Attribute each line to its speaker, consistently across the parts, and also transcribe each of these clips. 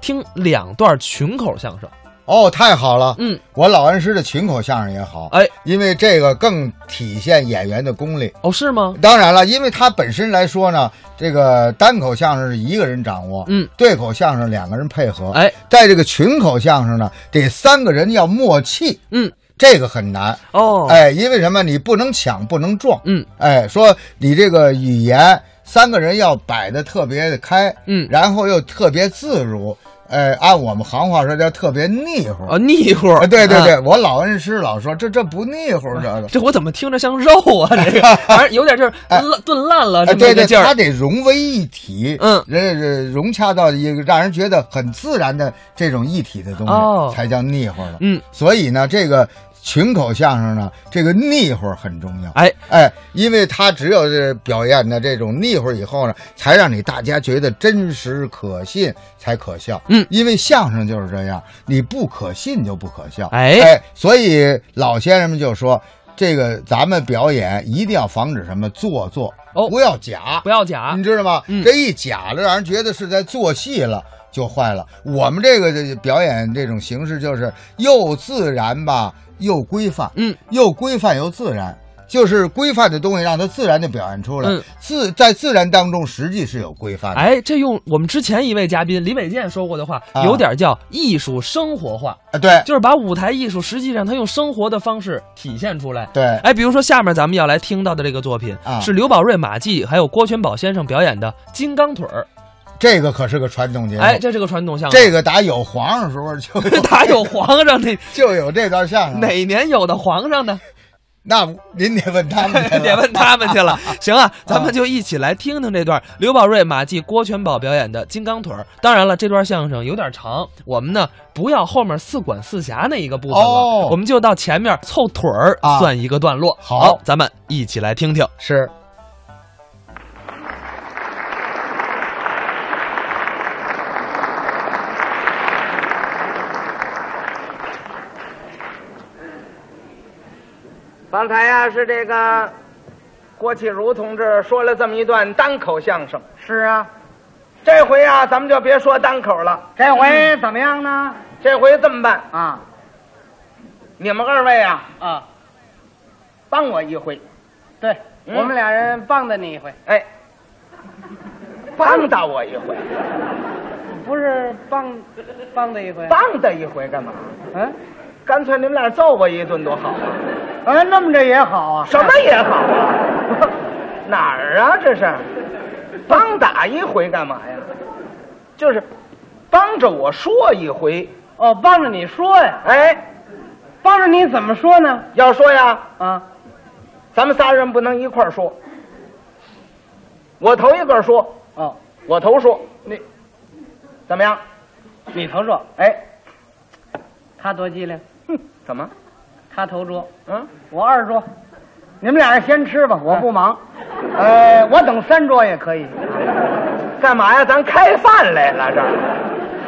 Speaker 1: 听两段群口相声。
Speaker 2: 哦，太好了！
Speaker 1: 嗯，
Speaker 2: 我老恩师的群口相声也好，
Speaker 1: 哎，
Speaker 2: 因为这个更体现演员的功力。
Speaker 1: 哦，是吗？
Speaker 2: 当然了，因为他本身来说呢，这个单口相声是一个人掌握，
Speaker 1: 嗯，
Speaker 2: 对口相声两个人配合，
Speaker 1: 哎，
Speaker 2: 在这个群口相声呢，得三个人要默契，
Speaker 1: 嗯，
Speaker 2: 这个很难。
Speaker 1: 哦，
Speaker 2: 哎，因为什么？你不能抢，不能撞。
Speaker 1: 嗯，
Speaker 2: 哎，说你这个语言，三个人要摆的特别的开，
Speaker 1: 嗯
Speaker 2: 然后又特别自如。哎，按我们行话说叫特别腻乎。
Speaker 1: 啊，腻乎
Speaker 2: 啊，。对对
Speaker 1: 啊
Speaker 2: 对，我老恩师老说这这不腻乎这个。
Speaker 1: 这我怎么听着像肉啊？这 个反正有点就是烂炖烂了
Speaker 2: 哎，
Speaker 1: 啊这么
Speaker 2: 对
Speaker 1: 一
Speaker 2: 对，
Speaker 1: 个劲
Speaker 2: 它
Speaker 1: 儿。
Speaker 2: 得融为一体，
Speaker 1: 嗯
Speaker 2: 人人融洽到一个让人觉得很自然的这种一体的东西，
Speaker 1: 哦
Speaker 2: 才叫腻乎了。
Speaker 1: 嗯，
Speaker 2: 所以呢，这个群口相声呢，这个腻乎很重要。
Speaker 1: 哎，
Speaker 2: 哎，因为他只有这表演的这种腻乎以后呢，才让你大家觉得真实可信，才可笑。
Speaker 1: 嗯
Speaker 2: 因为相声就是这样，你不可信就不可笑。
Speaker 1: 哎
Speaker 2: 所以老先人们就说，这个咱们表演一定要防止什么做作，
Speaker 1: 哦
Speaker 2: 不要假，
Speaker 1: 不要假
Speaker 2: 你知道吗？
Speaker 1: 嗯
Speaker 2: 这一假的，让人觉得是在做戏了。就坏了。我们这个这表演这种形式，就是又自然吧，又规范。
Speaker 1: 嗯，
Speaker 2: 又规范又自然，就是规范的东西让它自然的表现出来，
Speaker 1: 嗯
Speaker 2: 自在自然当中实际是有规范的。
Speaker 1: 哎，这用我们之前一位嘉宾李伟健说过的话，
Speaker 2: 啊
Speaker 1: 有点叫艺术生活化，
Speaker 2: 啊，对
Speaker 1: 就是把舞台艺术实际上它用生活的方式体现出来。
Speaker 2: 对，
Speaker 1: 哎，比如说下面咱们要来听到的这个作品
Speaker 2: 啊
Speaker 1: 是刘宝瑞、马季还有郭全宝先生表演的《金刚腿儿
Speaker 2: 这个可是个传统节》。目。
Speaker 1: 哎，这是个传统相声。
Speaker 2: 这个打有皇上时候就
Speaker 1: 哪有皇上那
Speaker 2: 就有这段相声。
Speaker 1: 哪年有的皇上呢？
Speaker 2: 那您得问他们去 了
Speaker 1: 得问他们去 了。行啊，咱们就一起来听听这段刘宝瑞、马季、郭全宝表演的《金刚腿儿》。当然了，这段相声有点长，我们呢不要后面四管四侠那一个部分了，
Speaker 2: 哦
Speaker 1: 我们就到前面凑腿儿
Speaker 2: 啊
Speaker 1: 算一个段落。
Speaker 2: 好
Speaker 1: 咱们一起来听听。
Speaker 2: 是
Speaker 3: 刚才呀、是这个郭启儒同志说了这么一段单口相声，
Speaker 4: 是啊，
Speaker 3: 这回呀、咱们就别说单口了，
Speaker 4: 这回怎么样呢？
Speaker 3: 这回这么办，
Speaker 4: 啊
Speaker 3: 你们二位啊
Speaker 4: 啊，
Speaker 3: 帮我一回，
Speaker 4: 对、
Speaker 3: 嗯
Speaker 4: 我们俩人帮着你一回，
Speaker 3: 哎，帮到我一回，
Speaker 4: 不是帮帮着一回，
Speaker 3: 帮的一回干嘛？
Speaker 4: 嗯，
Speaker 3: 干脆你们俩揍我一顿多好啊！
Speaker 4: 哎，那么着也好啊。
Speaker 3: 什么也好啊， 哪儿啊这是？帮打一回干嘛呀？就是帮着我说一回，
Speaker 4: 哦，帮着你说呀，
Speaker 3: 哎，
Speaker 4: 帮着你怎么说呢？
Speaker 3: 要说呀。
Speaker 4: 啊，
Speaker 3: 咱们仨人不能一块儿说。我头一个说，
Speaker 4: 哦，
Speaker 3: 我头说，
Speaker 4: 你
Speaker 3: 怎么样？
Speaker 4: 你头说，
Speaker 3: 哎，
Speaker 4: 他多机灵，
Speaker 3: 哼，怎么？
Speaker 4: 他头说，
Speaker 3: 嗯，
Speaker 4: 我二啊说，你们俩人先吃吧，我不忙，呃，我等三桌也可以。
Speaker 3: 干嘛呀？咱开饭来了这儿，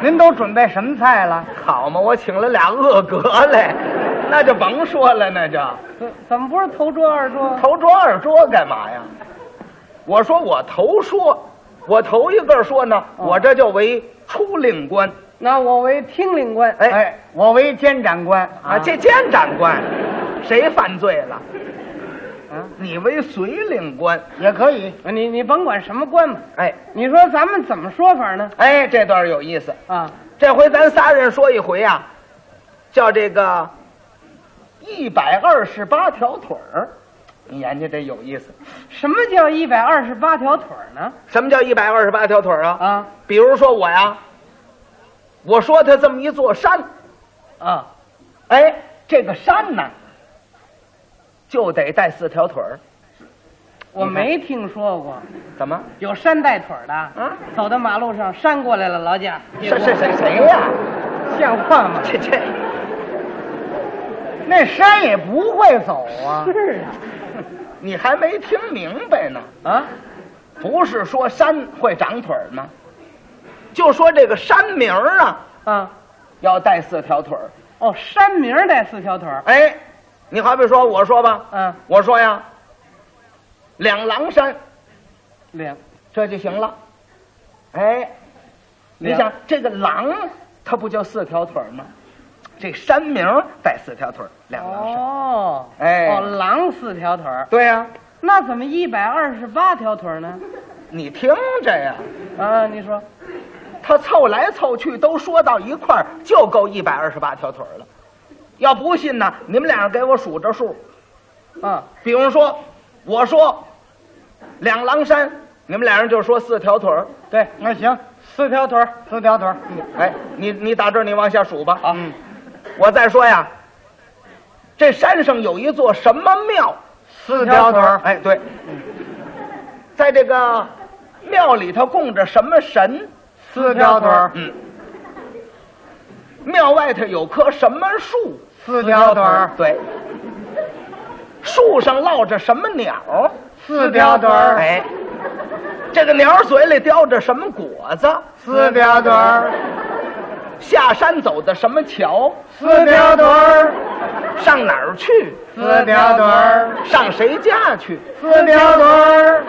Speaker 4: 您都准备什么菜了？
Speaker 3: 好嘛？我请了俩恶格来，那就甭说了，那就
Speaker 4: 怎怎么不是头桌二桌？
Speaker 3: 头桌二桌干嘛呀？我说我头说，我头一个说呢，
Speaker 4: 哦
Speaker 3: 我这就为出令官
Speaker 4: 那我为听令官，
Speaker 3: 哎
Speaker 4: 我为监斩官
Speaker 3: 啊，这监斩官，谁犯罪了？
Speaker 4: 啊
Speaker 3: 你为随令官，
Speaker 4: 也可以。你你甭管什么官吧，
Speaker 3: 哎
Speaker 4: 你说咱们怎么说法呢？
Speaker 3: 哎，这段有意思。
Speaker 4: 啊，
Speaker 3: 这回咱仨人说一回啊，叫这个一百二十八条腿儿。你研究这有意思，
Speaker 4: 什么叫一百二十八条腿儿呢？
Speaker 3: 什么叫一百二十八条腿儿啊？
Speaker 4: 啊
Speaker 3: 比如说我呀，我说他这么一座山，
Speaker 4: 啊，
Speaker 3: 哎，这个山呢，就得带四条腿儿。
Speaker 4: 我
Speaker 3: 你看
Speaker 4: 没听说过
Speaker 3: 怎么？
Speaker 4: 有山带腿儿的啊走到马路上山过来了，劳驾，
Speaker 3: 谁谁谁谁呀？
Speaker 4: 像话 吗？
Speaker 3: 这这
Speaker 4: 那山也不会走 啊。
Speaker 3: 是啊，你还没听明白呢。
Speaker 4: 啊，
Speaker 3: 不是说山会长腿儿吗？就说这个山名儿啊，
Speaker 4: 啊，
Speaker 3: 要带四条腿儿。
Speaker 4: 哦，山名儿带四条腿儿。
Speaker 3: 哎，你好比说，我说吧，
Speaker 4: 嗯，
Speaker 3: 我说呀，两狼山
Speaker 4: 两
Speaker 3: 这就行了。哎，你想这个狼，它不就四条腿儿吗？这山明儿带四条腿儿，两条山。
Speaker 5: 哦，
Speaker 3: 哎
Speaker 5: 哦，狼四条腿儿，
Speaker 3: 对呀、
Speaker 5: 那怎么一百二十八条腿儿呢？
Speaker 3: 你听着呀，
Speaker 5: 啊，你说，
Speaker 3: 他凑来凑去都说到一块儿，就够一百二十八条腿儿了。要不信呢，你们俩给我数着数。
Speaker 5: 啊，
Speaker 3: 比如说，我说两狼山，你们俩人就说四条腿儿。
Speaker 4: 对，那行，四条腿儿，四条腿儿，
Speaker 3: 哎，你你打这儿你往下数吧。
Speaker 4: 好，
Speaker 3: 我再说呀，这山上有一座什么庙？
Speaker 4: 四条腿儿，
Speaker 3: 哎，对，在这个庙里头供着什么神？
Speaker 4: 四条腿儿，
Speaker 3: 嗯。庙外头有棵什么树？
Speaker 4: 四条腿儿，
Speaker 3: 对。树上落着什么鸟？
Speaker 4: 四条腿儿，
Speaker 3: 哎，这个鸟嘴里叼着什么果子？
Speaker 4: 四条腿儿，
Speaker 3: 下山走的什么桥？
Speaker 4: 四条腿儿，
Speaker 3: 上哪儿去？
Speaker 4: 四条腿儿，
Speaker 3: 上谁家去？
Speaker 4: 四条腿儿，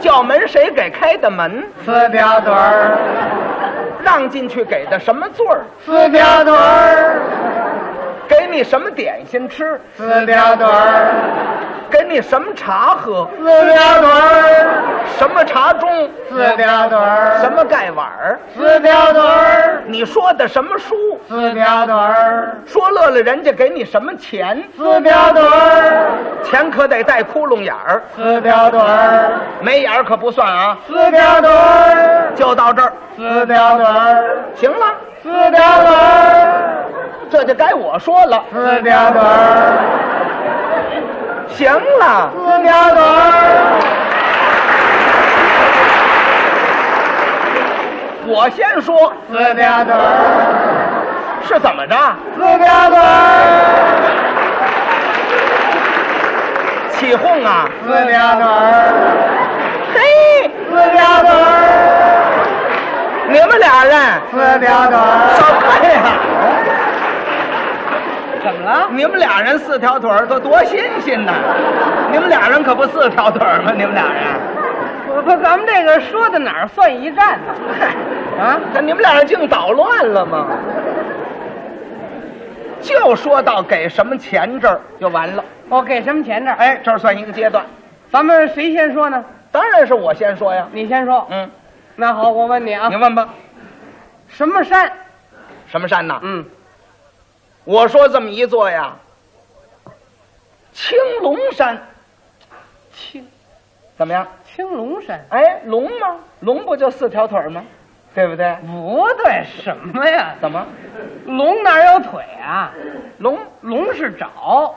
Speaker 3: 叫门谁给开的门？
Speaker 4: 四条腿儿，
Speaker 3: 让进去给的什么座儿？
Speaker 4: 四条腿儿，
Speaker 3: 给你什么点心吃？
Speaker 4: 四条腿儿，
Speaker 3: 给你什么茶喝？
Speaker 4: 四条腿儿，
Speaker 3: 什么茶盅？
Speaker 4: 四条腿儿，
Speaker 3: 什么盖碗儿？
Speaker 4: 四条腿儿，
Speaker 3: 你说的什么书？
Speaker 4: 四条腿儿，
Speaker 3: 说乐了人家给你什么钱？
Speaker 4: 四条腿儿，
Speaker 3: 钱可得带窟窿眼儿，
Speaker 4: 四条腿儿，
Speaker 3: 没眼儿可不算啊。
Speaker 4: 四条腿儿，
Speaker 3: 就到这儿，
Speaker 4: 四条腿儿，
Speaker 3: 行了，
Speaker 4: 四条腿儿，
Speaker 3: 这就该我说了。
Speaker 4: 四条腿儿，
Speaker 3: 行了。
Speaker 4: 四条腿儿，
Speaker 3: 我先说
Speaker 4: 四条腿儿，
Speaker 3: 是怎么着？
Speaker 4: 四条腿儿，
Speaker 3: 起哄啊！
Speaker 4: 四条腿儿，
Speaker 3: 嘿，
Speaker 4: 四条腿儿，
Speaker 3: 你们俩人
Speaker 4: 四条腿
Speaker 3: 少
Speaker 4: 儿，
Speaker 3: 来哎呀！
Speaker 5: 怎么了？
Speaker 3: 你们俩人四条腿儿，可多新鲜呐！你们俩人可不四条腿儿吗？你们俩人，
Speaker 5: 我说咱们这个说到哪儿算一站 呢？啊，
Speaker 3: 这你们俩人净捣乱了吗？就说到给什么钱这儿就完了，
Speaker 5: 我哦给什么钱这儿？
Speaker 3: 哎，这儿算一个阶段。
Speaker 5: 咱们谁先说呢？
Speaker 3: 当然是我先说呀，
Speaker 5: 你先说。
Speaker 3: 嗯，
Speaker 5: 那好，我问你啊
Speaker 4: 嗯
Speaker 3: 你，问吧，
Speaker 5: 什么山？
Speaker 3: 什么山呐？
Speaker 5: 嗯，
Speaker 3: 我说这么一座呀，青龙山
Speaker 5: 青
Speaker 3: 怎么样？
Speaker 5: 青龙山。
Speaker 3: 哎，龙吗？龙不就四条腿儿吗？对不对？
Speaker 5: 不对，什么呀？
Speaker 3: 怎么，
Speaker 5: 龙哪有腿啊？
Speaker 3: 龙
Speaker 5: 龙是爪。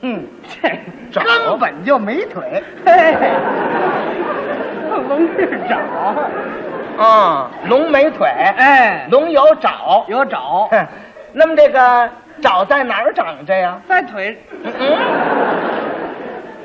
Speaker 5: 嗯，这
Speaker 3: 爪
Speaker 5: 根本就没腿。嘿，龙是爪。
Speaker 3: 啊、龙没腿，
Speaker 5: 哎，
Speaker 3: 龙有爪。
Speaker 5: 有爪，
Speaker 3: 哼那么这个爪在哪儿长着呀？
Speaker 5: 在腿
Speaker 3: 嗯，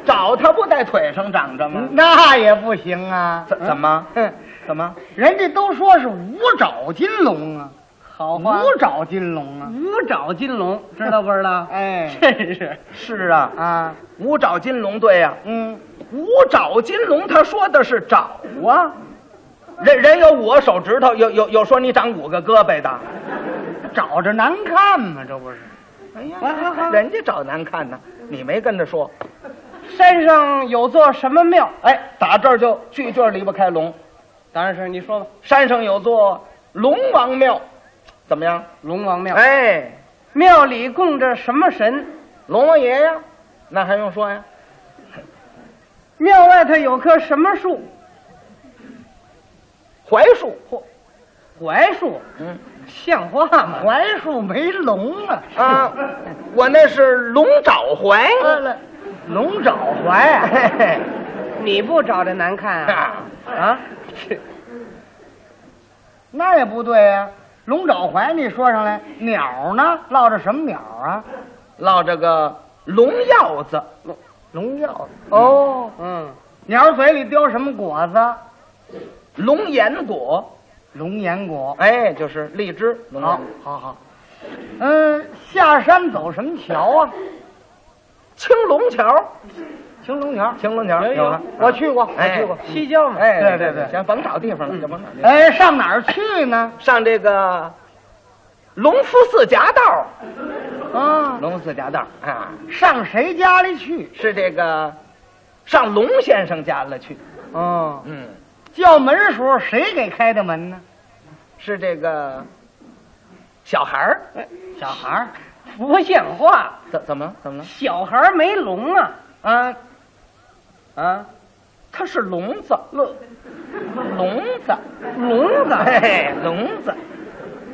Speaker 3: 爪它不在腿上长着吗？
Speaker 4: 那也不行啊。
Speaker 3: 怎怎么？
Speaker 5: 嗯
Speaker 3: 怎么？啊
Speaker 4: 人家都说是五爪金龙啊，
Speaker 5: 好话。
Speaker 4: 五爪金龙啊，
Speaker 5: 五爪金龙，知道不知道？
Speaker 4: 哎
Speaker 5: 真是
Speaker 3: 是啊，
Speaker 4: 啊，
Speaker 3: 五爪金龙对呀、
Speaker 4: 嗯，
Speaker 3: 五爪金龙，他说的是爪
Speaker 4: 我
Speaker 3: 人人有五个手指头，有有有说你长五个胳膊的，
Speaker 4: 啊找着难看嘛，这不是？
Speaker 3: 哎
Speaker 5: 好好好
Speaker 3: 人家找难看呢，你没跟他说，
Speaker 5: 山上有座什么庙？
Speaker 3: 哎，打这儿就句句儿离不开龙，
Speaker 5: 当然是你说吧，
Speaker 3: 山上有座龙王庙，怎么样？
Speaker 5: 龙王庙。
Speaker 3: 哎，
Speaker 5: 庙里供着什么神？
Speaker 3: 龙王爷呀，那还用说呀？
Speaker 5: 庙外头有棵什么树？
Speaker 3: 槐树，嚯
Speaker 5: 槐树，
Speaker 3: 嗯
Speaker 5: 像话吗？
Speaker 4: 槐树没龙啊，
Speaker 3: 啊，我那是龙爪槐，
Speaker 4: 龙爪槐啊，
Speaker 3: 嘿嘿
Speaker 5: 你不找着难看啊？
Speaker 3: 啊
Speaker 5: 啊，
Speaker 4: 那也不对啊。龙爪槐，你 说上来，鸟呢？落着什么鸟啊？
Speaker 3: 落这个龙药子，
Speaker 4: 龙药哦，
Speaker 5: 嗯，
Speaker 4: 鸟嘴里叼什么果子？
Speaker 3: 龙眼果，
Speaker 4: 龙眼果。
Speaker 3: 哎，就是荔枝，龙眼
Speaker 4: 好
Speaker 3: 果，
Speaker 4: 好好，啊嗯，下山走什么桥啊？
Speaker 3: 青龙桥，
Speaker 4: 青龙桥，
Speaker 3: 青龙桥
Speaker 4: 有
Speaker 3: 有吗
Speaker 4: 我去过，我
Speaker 3: 哎
Speaker 4: 去过
Speaker 5: 西郊嘛，
Speaker 4: 对
Speaker 3: 哎，
Speaker 4: 对对
Speaker 3: 行，甭找地方了，就甭找地方。
Speaker 4: 哎，上哪儿去呢？
Speaker 3: 上这个隆福寺夹道，
Speaker 4: 啊，
Speaker 3: 隆福寺夹道啊，
Speaker 4: 上谁家里去？
Speaker 3: 是这个上龙先生家了去。
Speaker 4: 哦，
Speaker 3: 嗯，
Speaker 4: 叫门时候谁给开的门呢？
Speaker 3: 是这个小孩儿，
Speaker 4: 小孩儿。。
Speaker 5: 不像话，
Speaker 3: 怎怎么了？怎么了？
Speaker 5: 小孩儿没聋啊
Speaker 3: 啊，
Speaker 5: 啊，
Speaker 3: 他是聋子，聋聋子，
Speaker 5: 聋子，
Speaker 3: 嘿，聋子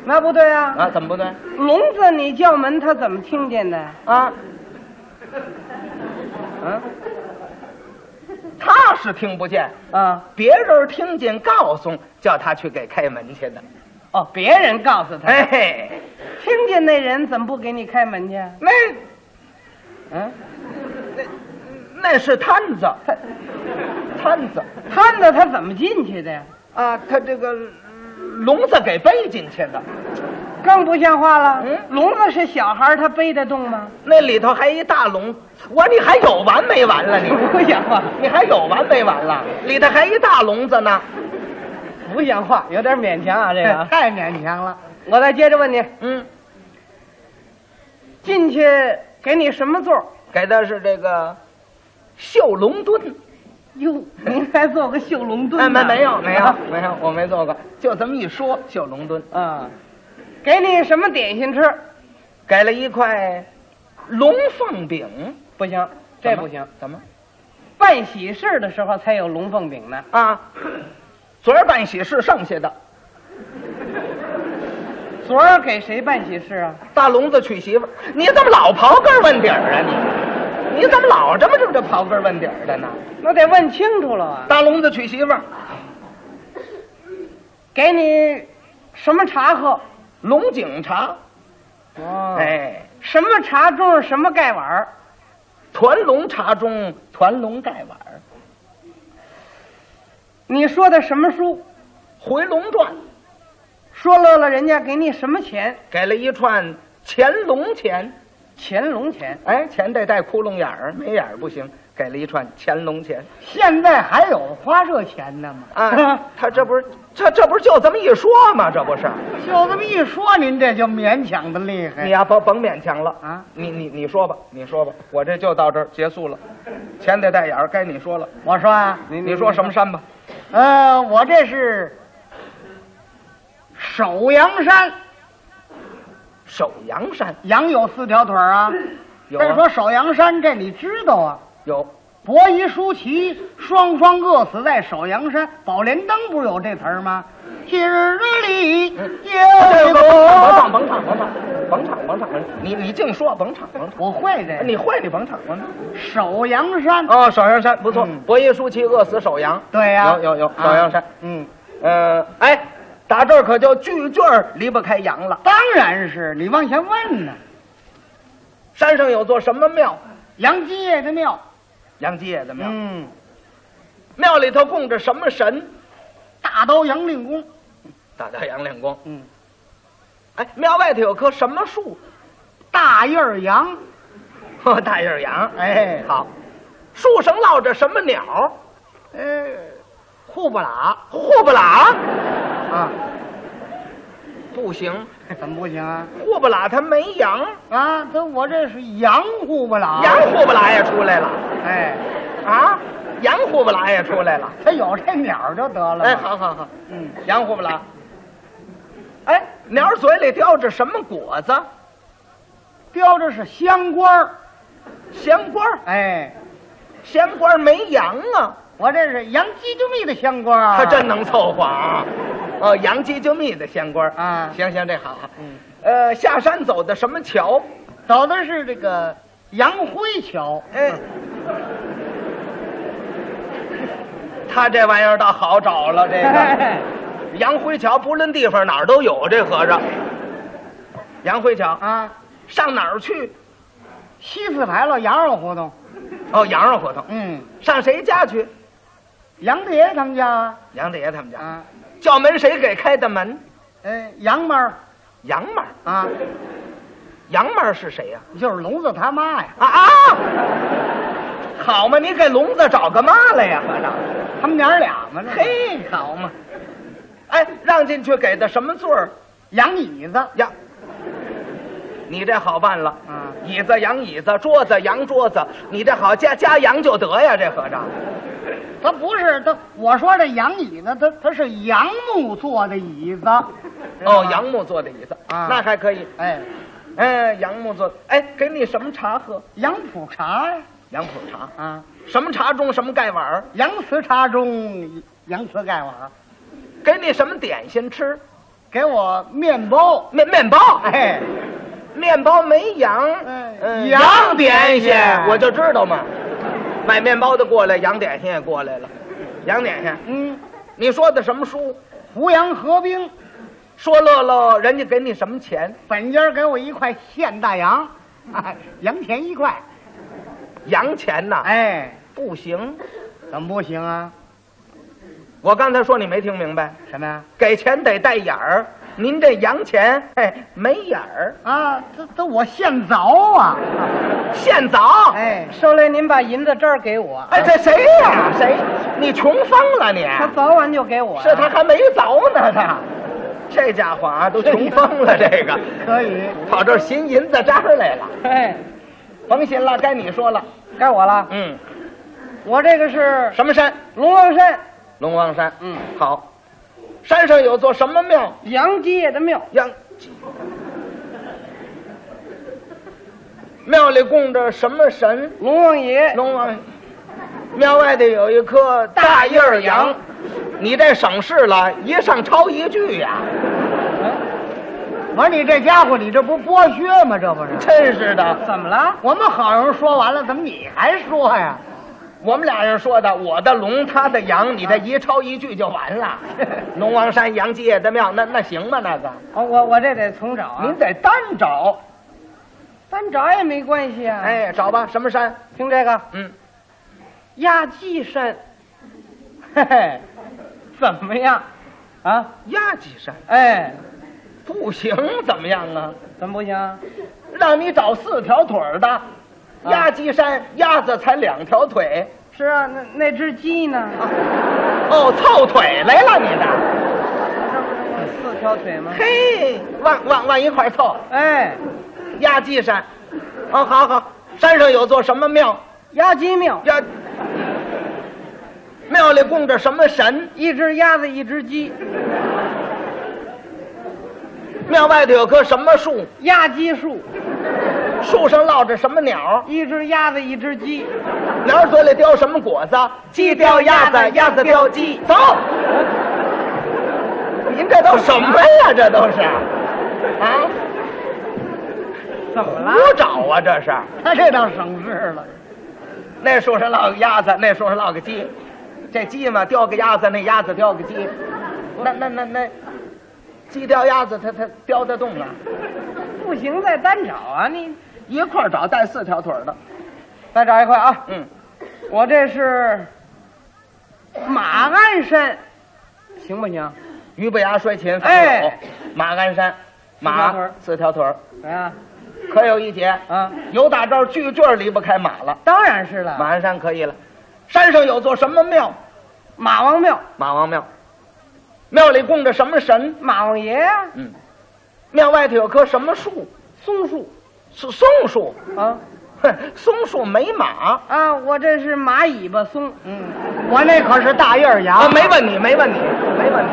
Speaker 5: 那不对啊，
Speaker 3: 啊，怎么不对
Speaker 5: 聋子你叫门他怎么听见的？
Speaker 3: 啊？嗯
Speaker 5: 啊
Speaker 3: 他是听不见，
Speaker 5: 啊
Speaker 3: 别人听见告诉叫他去给开门去的。
Speaker 5: 哦，别人告诉他，
Speaker 3: 哎嘿，
Speaker 5: 听见那人怎么不给你开门去？
Speaker 3: 那啊
Speaker 5: 嗯，
Speaker 3: 那是摊子，摊子
Speaker 5: 摊子他怎么进去的呀？
Speaker 3: 啊，他这个聋子给背进去的，
Speaker 5: 更不像话了。
Speaker 3: 嗯
Speaker 5: 聋子是小孩儿，他背得动吗？
Speaker 3: 那里头还一大聋。我说你还有完没完 了你？
Speaker 5: 不像话，
Speaker 3: 你还有完没完了？里头还一大聋子呢。
Speaker 5: 不像话，有点勉强啊，这个
Speaker 4: 太勉强了。
Speaker 5: 我再接着问你，
Speaker 3: 嗯，
Speaker 5: 进去给你什么座？
Speaker 3: 给的是这个绣龙墩。
Speaker 5: 哟，您还做个绣龙
Speaker 3: 哎，
Speaker 5: 墩
Speaker 3: 没
Speaker 5: 呢？
Speaker 3: 没有没有没有，我没做过，就这么一说绣龙墩，
Speaker 5: 啊，给你什么点心吃？
Speaker 3: 给了一块龙凤饼，
Speaker 5: 不行，这不行。
Speaker 3: 怎么
Speaker 5: 办喜事的时候才有龙凤饼呢。
Speaker 3: 啊？昨儿办喜事剩下的，
Speaker 5: 昨儿给谁办喜事啊？
Speaker 3: 大聋子娶媳妇儿，你怎么老刨根问底儿啊你？你怎么老这么这么这刨根问底儿的呢？
Speaker 5: 那得问清楚了啊。
Speaker 3: 大聋子娶媳妇儿，
Speaker 5: 给你什么茶
Speaker 3: 啊
Speaker 5: 喝？
Speaker 3: 龙井茶，
Speaker 5: 哦哎，
Speaker 3: 哎，
Speaker 5: 什么茶盅？什么盖碗儿？
Speaker 3: 团龙茶中团龙盖碗儿，
Speaker 5: 你说的什么书？
Speaker 3: 《回龙传》
Speaker 5: 说乐了，人家给你什么钱？
Speaker 3: 给了一串乾隆钱，
Speaker 5: 乾隆钱。
Speaker 3: 哎，钱得带窟窿眼儿，没眼儿不行，给了一串乾隆钱。
Speaker 4: 现在还有花这钱的吗？
Speaker 3: 啊，他这不是这这不是就这么一说吗？这不是
Speaker 4: 就这么一说，您这就勉强的厉害。
Speaker 3: 你呀、甭甭勉强了
Speaker 4: 哎啊！
Speaker 3: 你你你说吧，你说吧，我这就到这儿结束了。钱得带眼儿，该你说了。
Speaker 4: 我说啊，
Speaker 3: 你你说什么山吧？
Speaker 4: 呃，我这是首阳山，
Speaker 3: 首阳山
Speaker 4: 羊有四条腿儿啊。
Speaker 3: 有
Speaker 4: 再
Speaker 3: 啊
Speaker 4: 说首阳山，这你知道啊？
Speaker 3: 有
Speaker 4: 伯夷、叔齐双双各死在首阳山。宝莲灯不是有这词儿吗？今日里
Speaker 3: 这
Speaker 4: 有
Speaker 3: 个
Speaker 4: 个
Speaker 3: 甭唱甭唱甭唱甭唱甭唱甭唱，你你净说甭唱甭唱，
Speaker 4: 我会这
Speaker 3: 你
Speaker 4: 个
Speaker 3: 会你甭唱甭唱。
Speaker 4: 首阳山。
Speaker 3: 哦，首阳山不错
Speaker 4: 嗯，
Speaker 3: 伯夷叔齐饿死首阳。
Speaker 4: 对呀、
Speaker 3: 有有有，
Speaker 4: 啊
Speaker 3: 首阳山。
Speaker 4: 嗯，
Speaker 3: 呃，哎，打这儿可就句句儿离不开羊了。
Speaker 4: 当然是你往下问呢、
Speaker 3: 山上有座什么庙？
Speaker 4: 杨继业的庙。
Speaker 3: 杨继业的庙。
Speaker 4: 嗯，
Speaker 3: 庙里头供着什么神？
Speaker 4: 大刀杨令公。
Speaker 3: 大大杨令公。
Speaker 4: 嗯，
Speaker 3: 哎，庙外头有棵什么树？
Speaker 4: 大叶儿杨。
Speaker 3: 呵大叶杨。
Speaker 4: 哎
Speaker 3: 好。树上落着什么鸟？
Speaker 4: 呃，户部喇
Speaker 3: 呼不喇？
Speaker 4: 啊，
Speaker 3: 不行，
Speaker 4: 怎么不行啊？
Speaker 3: 呼不喇它没羊，
Speaker 4: 啊，这我这是羊户部喇，
Speaker 3: 羊呼不喇也出来了
Speaker 4: 哎，
Speaker 3: 啊，羊呼不喇也出来了。
Speaker 4: 他有这鸟儿就得了。
Speaker 3: 哎，，好好好，
Speaker 4: 嗯，
Speaker 3: 羊呼不喇。哎，鸟嘴里叼着什么果子？
Speaker 4: 标着是香官儿，
Speaker 3: 香瓜儿，
Speaker 4: 哎，
Speaker 3: 香瓜儿没羊啊，
Speaker 4: 我这是羊鸡就蜜的香官儿。
Speaker 3: 他真能凑合啊。哦，羊鸡就蜜的香瓜儿
Speaker 4: 啊
Speaker 3: 行行，这好。
Speaker 4: 嗯，
Speaker 3: 呃，下山走的什么桥？
Speaker 4: 走的是这个杨 辉桥，
Speaker 3: 哎，他这玩意儿倒好找了，这 个杨辉桥，不论地方哪儿都有，这和尚。杨辉桥
Speaker 4: 啊，
Speaker 3: 上哪儿去？
Speaker 4: 西四牌楼羊肉胡同，
Speaker 3: 哦，羊肉胡同。
Speaker 4: 嗯，
Speaker 3: 上谁家去？
Speaker 4: 杨大爷他们家啊
Speaker 3: 杨大爷他们家。
Speaker 4: 啊，
Speaker 3: 叫门谁给开的门？
Speaker 4: 呃，杨妈儿
Speaker 3: 杨妈儿，
Speaker 4: 啊，
Speaker 3: 杨妈儿是谁呀、
Speaker 4: 就是聋子他妈呀，
Speaker 3: 啊啊！好嘛，你给聋子找个妈来呀？合着，
Speaker 4: 他们娘儿俩嘛，这
Speaker 3: 嘿，好嘛，哎，让进去给的什么座儿
Speaker 4: 洋椅子，
Speaker 3: 呀？你这好办了，
Speaker 4: 嗯
Speaker 3: 椅子洋椅子，桌子洋桌子，你这好加加洋就得呀，这合着。
Speaker 4: 他不是他，我说这洋椅子，他他是杨木做的椅子。嗯
Speaker 3: 哦，杨木做的椅子
Speaker 4: 啊
Speaker 3: 那还可以。
Speaker 4: 哎，
Speaker 3: 哎，杨木做，哎，给你什么茶喝？
Speaker 4: 杨普茶呀
Speaker 3: 杨浦茶，
Speaker 4: 啊，
Speaker 3: 什么茶盅，什么盖碗儿
Speaker 4: 洋瓷茶中洋瓷盖碗，
Speaker 3: 给你什么点心吃？
Speaker 4: 给我面
Speaker 5: 哦
Speaker 4: 包。
Speaker 3: 面面包，
Speaker 4: 哎，
Speaker 3: 面包没羊，
Speaker 4: 哎
Speaker 3: 嗯
Speaker 4: 羊
Speaker 3: 羊点心
Speaker 4: 点，心
Speaker 3: 我就知道嘛。买面包的过来，羊点心也过来了。羊点心，
Speaker 4: 嗯，
Speaker 3: 你说的什么书？
Speaker 4: 胡杨合兵，
Speaker 3: 说乐乐，人家给你什么钱？
Speaker 4: 本家给我一块现大洋，哎洋钱一块。
Speaker 3: 洋钱呐、
Speaker 4: 哎，
Speaker 3: 不行。
Speaker 4: 怎么不行啊？
Speaker 3: 我刚才说你没听明白，
Speaker 4: 什么呀？
Speaker 3: 给钱得带眼儿。您这洋钱，哎，没眼儿，
Speaker 4: 啊，这这我现凿啊！
Speaker 3: 现凿。
Speaker 4: 哎，
Speaker 5: 收来哦您把银子这儿给我，
Speaker 3: 哎，这谁呀、谁？你穷疯了你？
Speaker 5: 他凿完就给我。啊
Speaker 3: 是他还没凿呢，他。这家伙啊，都穷疯了，这个
Speaker 4: 可以。
Speaker 3: 跑这儿寻银子渣儿来了。
Speaker 5: 哎，
Speaker 3: 甭寻了，该你说了。
Speaker 5: 该我了。
Speaker 3: 嗯，
Speaker 5: 我这个是
Speaker 3: 什么山？
Speaker 5: 龙王山
Speaker 3: 龙王山。
Speaker 5: 嗯，
Speaker 3: 好。山上有座什么庙？
Speaker 5: 杨继业的庙，
Speaker 3: 杨。庙里供着什么神？
Speaker 5: 龙王爷
Speaker 3: 龙王。啊庙外头有一棵大叶儿杨，你这省事了，一上抄一句呀、
Speaker 4: 我说你这家伙，你这不剥削吗？这不是？
Speaker 3: 真是的。
Speaker 4: 怎么了？我们好容易说完了，怎么你还说呀？
Speaker 3: 我们俩人说的，我的龙，他的羊，你这一抄一句就完 了。龙王山杨继业的庙，那那行吗？那个，
Speaker 5: 哦，我我这得重找啊
Speaker 3: 啊您。得单找，
Speaker 5: 单找也没关系啊。，
Speaker 3: 哎，找吧，什么山？
Speaker 5: 听这个
Speaker 3: 嗯，
Speaker 5: 压髻山，嘿嘿， 怎么样？啊，
Speaker 3: 压脊山
Speaker 5: 哎，
Speaker 3: 不行，怎么样啊？
Speaker 5: 怎么不行？
Speaker 3: 让你找四条腿儿的，压脊山鸭子才两条腿，
Speaker 5: 是啊，那那只鸡呢？
Speaker 3: 哦，凑腿来了你的，
Speaker 5: 那不是有四条腿吗？
Speaker 3: 嘿，往往往一块儿凑，
Speaker 5: 哎，
Speaker 3: 压脊山，哦，好好，山上有座什么庙？
Speaker 5: 压鸡庙，
Speaker 3: 呀，庙里供着什么神？
Speaker 5: 一只鸭子，一只鸡，
Speaker 3: 庙外头有棵什么树？
Speaker 5: 压鸡树，
Speaker 3: 树上落着什么鸟？
Speaker 5: 一只鸭子，一只鸡。
Speaker 3: 鸟嘴里叼什么果子？鸡叼鸭子，鸭子叼鸡。走！您这都什么呀？这都是，
Speaker 5: 哎
Speaker 3: 啊？
Speaker 5: 怎么了？
Speaker 3: 胡找啊！这是，
Speaker 4: 他这倒省事了。
Speaker 3: 那树上落个鸭子，那树上落个鸡，这鸡嘛叼个鸭子，那鸭子叼个鸡，那那那那，鸡叼鸭子，它它叼得动啊？
Speaker 5: 不行，再单找啊！你
Speaker 3: 一块儿找带四条腿儿的，
Speaker 5: 再找一块啊！
Speaker 3: 嗯。
Speaker 5: 我这是马鞍山，行不行？
Speaker 3: 鱼不牙摔琴，
Speaker 5: 哎，
Speaker 3: 马鞍山，
Speaker 5: 四条
Speaker 3: 马
Speaker 5: 腿儿
Speaker 3: 四条腿儿，
Speaker 5: 怎么样？
Speaker 3: 可有一节，
Speaker 5: 哎啊，
Speaker 3: 有打招句句儿离不开马了，
Speaker 5: 当然是
Speaker 3: 马
Speaker 5: 了，
Speaker 3: 鞍山可以了。山上有座什么庙？
Speaker 5: 马王庙，
Speaker 3: 马王庙，庙里供着什么神？
Speaker 5: 马王爷啊，
Speaker 3: 庙外头有棵什么树？
Speaker 5: 松树
Speaker 3: 是松树，
Speaker 5: 啊
Speaker 3: 哼，松树没马。
Speaker 5: 啊！我这是马尾巴松，嗯，
Speaker 4: 我那可是大叶儿
Speaker 3: 啊，
Speaker 4: 牙，
Speaker 3: 没问你，没问你，没问你，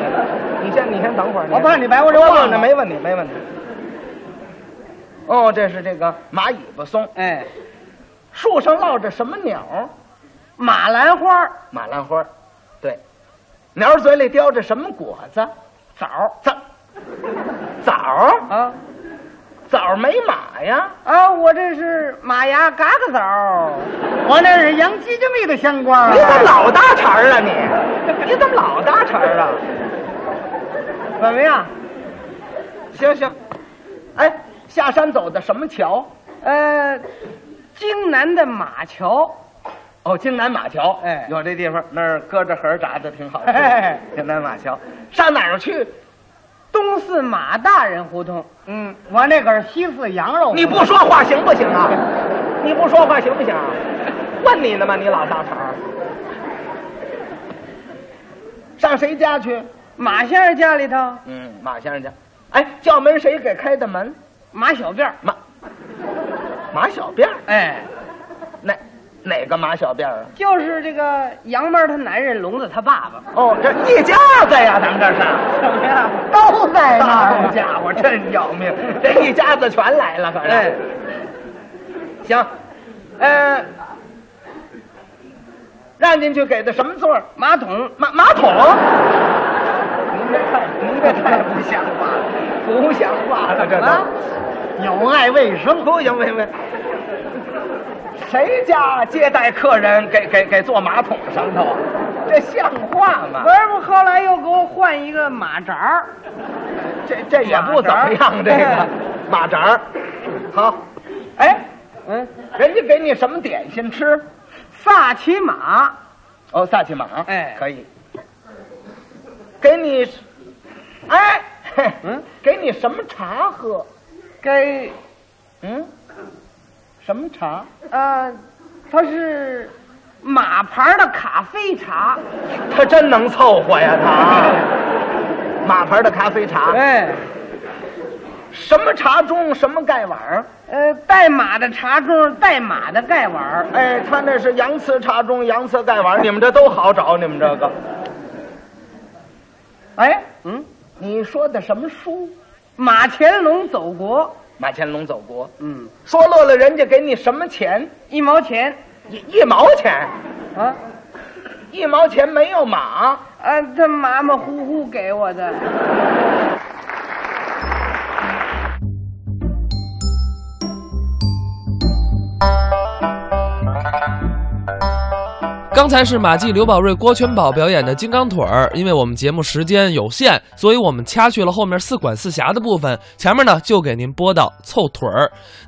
Speaker 3: 你先，你先等会儿。
Speaker 4: 我怕你把我这
Speaker 3: 这
Speaker 4: 忘了
Speaker 3: 没问你，没问你。哦，这是这个马尾巴松，
Speaker 5: 哎，
Speaker 3: 树上落着什么鸟？
Speaker 5: 马兰花儿
Speaker 3: 马兰花，对，鸟嘴里叼着什么果子？枣儿枣 枣儿
Speaker 5: 啊
Speaker 3: 枣儿没马呀？
Speaker 5: 啊！我这是马牙嘎嘎枣儿，
Speaker 4: 我那是洋鸡精蜜的香瓜
Speaker 5: 啊
Speaker 3: 你怎么
Speaker 4: 儿。
Speaker 3: 老搭茬儿啊 你？你怎么老搭茬儿啊？
Speaker 5: 怎么样？
Speaker 3: 行行，哎，下山走的什么桥？
Speaker 5: 呃，京南的马桥，
Speaker 3: 哦，京南马桥，
Speaker 5: 哎
Speaker 3: 有这地方，那儿搁着盒炸的挺好吃。
Speaker 5: 哎
Speaker 3: 京南马桥，上哪儿去？
Speaker 5: 东四马大人胡同，
Speaker 4: 嗯，我 那可是西四羊肉。
Speaker 3: 你不说话行不行啊？你不说话行不行啊？ 惯你呢吗？你老大婶儿，上谁家去？
Speaker 5: 马先生家里头，
Speaker 3: 嗯，马先生家。哎，叫门谁给开的门？
Speaker 5: 马小辫儿，
Speaker 3: 马 马小辫儿，
Speaker 5: 哎，
Speaker 3: 哪哪个马小辫儿啊？
Speaker 5: 就是这个杨妈她男人聋子他爸爸，
Speaker 3: 哦，这一家子呀，咱们这是。
Speaker 5: 怎么样？
Speaker 4: 都在那儿
Speaker 3: 好
Speaker 4: 呢。
Speaker 3: 家伙，真要命！这一家子全来了，可是。
Speaker 5: 哎
Speaker 3: 行，呃，让进去给的什么座儿？
Speaker 5: 马桶
Speaker 3: 马马桶？您这太您这太不像话了，不像话了，这都、
Speaker 5: 啊
Speaker 3: 有碍卫生。不行，不行，不行。谁家接待客人给给给坐马桶上头啊？这像话吗
Speaker 5: 不？是不，后来又给我换一个马扎儿，
Speaker 3: 这这也不怎么样，
Speaker 5: 马
Speaker 3: 这
Speaker 5: 扎儿
Speaker 3: 个马扎儿。好，哎，
Speaker 5: 嗯，
Speaker 3: 人家给你什么点心吃？
Speaker 5: 萨其马，
Speaker 3: 哦，萨其马，
Speaker 5: 哎
Speaker 3: 可以。给你，哎，嗯， 给你什么茶喝？
Speaker 5: 给
Speaker 3: 嗯，什么茶？
Speaker 5: 呃，它是马牌的咖啡茶，
Speaker 3: 他真能凑合呀，他。 马牌的咖啡茶，
Speaker 5: 哎，
Speaker 3: 什么茶盅，什么盖碗儿？
Speaker 5: 呃，带马的茶盅，带马的盖碗儿，
Speaker 3: 哎，他那是洋瓷茶盅、洋瓷盖碗儿，你们这都好找，你们这个。哎，嗯，你说的什么书？
Speaker 5: 马乾隆走国，
Speaker 3: 马乾隆走国。
Speaker 5: 嗯，
Speaker 3: 说乐了，人家给你什么钱？
Speaker 5: 一毛钱
Speaker 3: 一一毛钱，
Speaker 5: 啊，
Speaker 3: 一毛钱没有马。
Speaker 5: 啊，他马马虎虎给我的。
Speaker 1: 刚才是马季、刘宝瑞、郭全宝表演的《金刚腿儿》，因为我们节目时间有限，所以我们掐去了后面四管四辖的部分，前面呢就给您播到凑腿儿。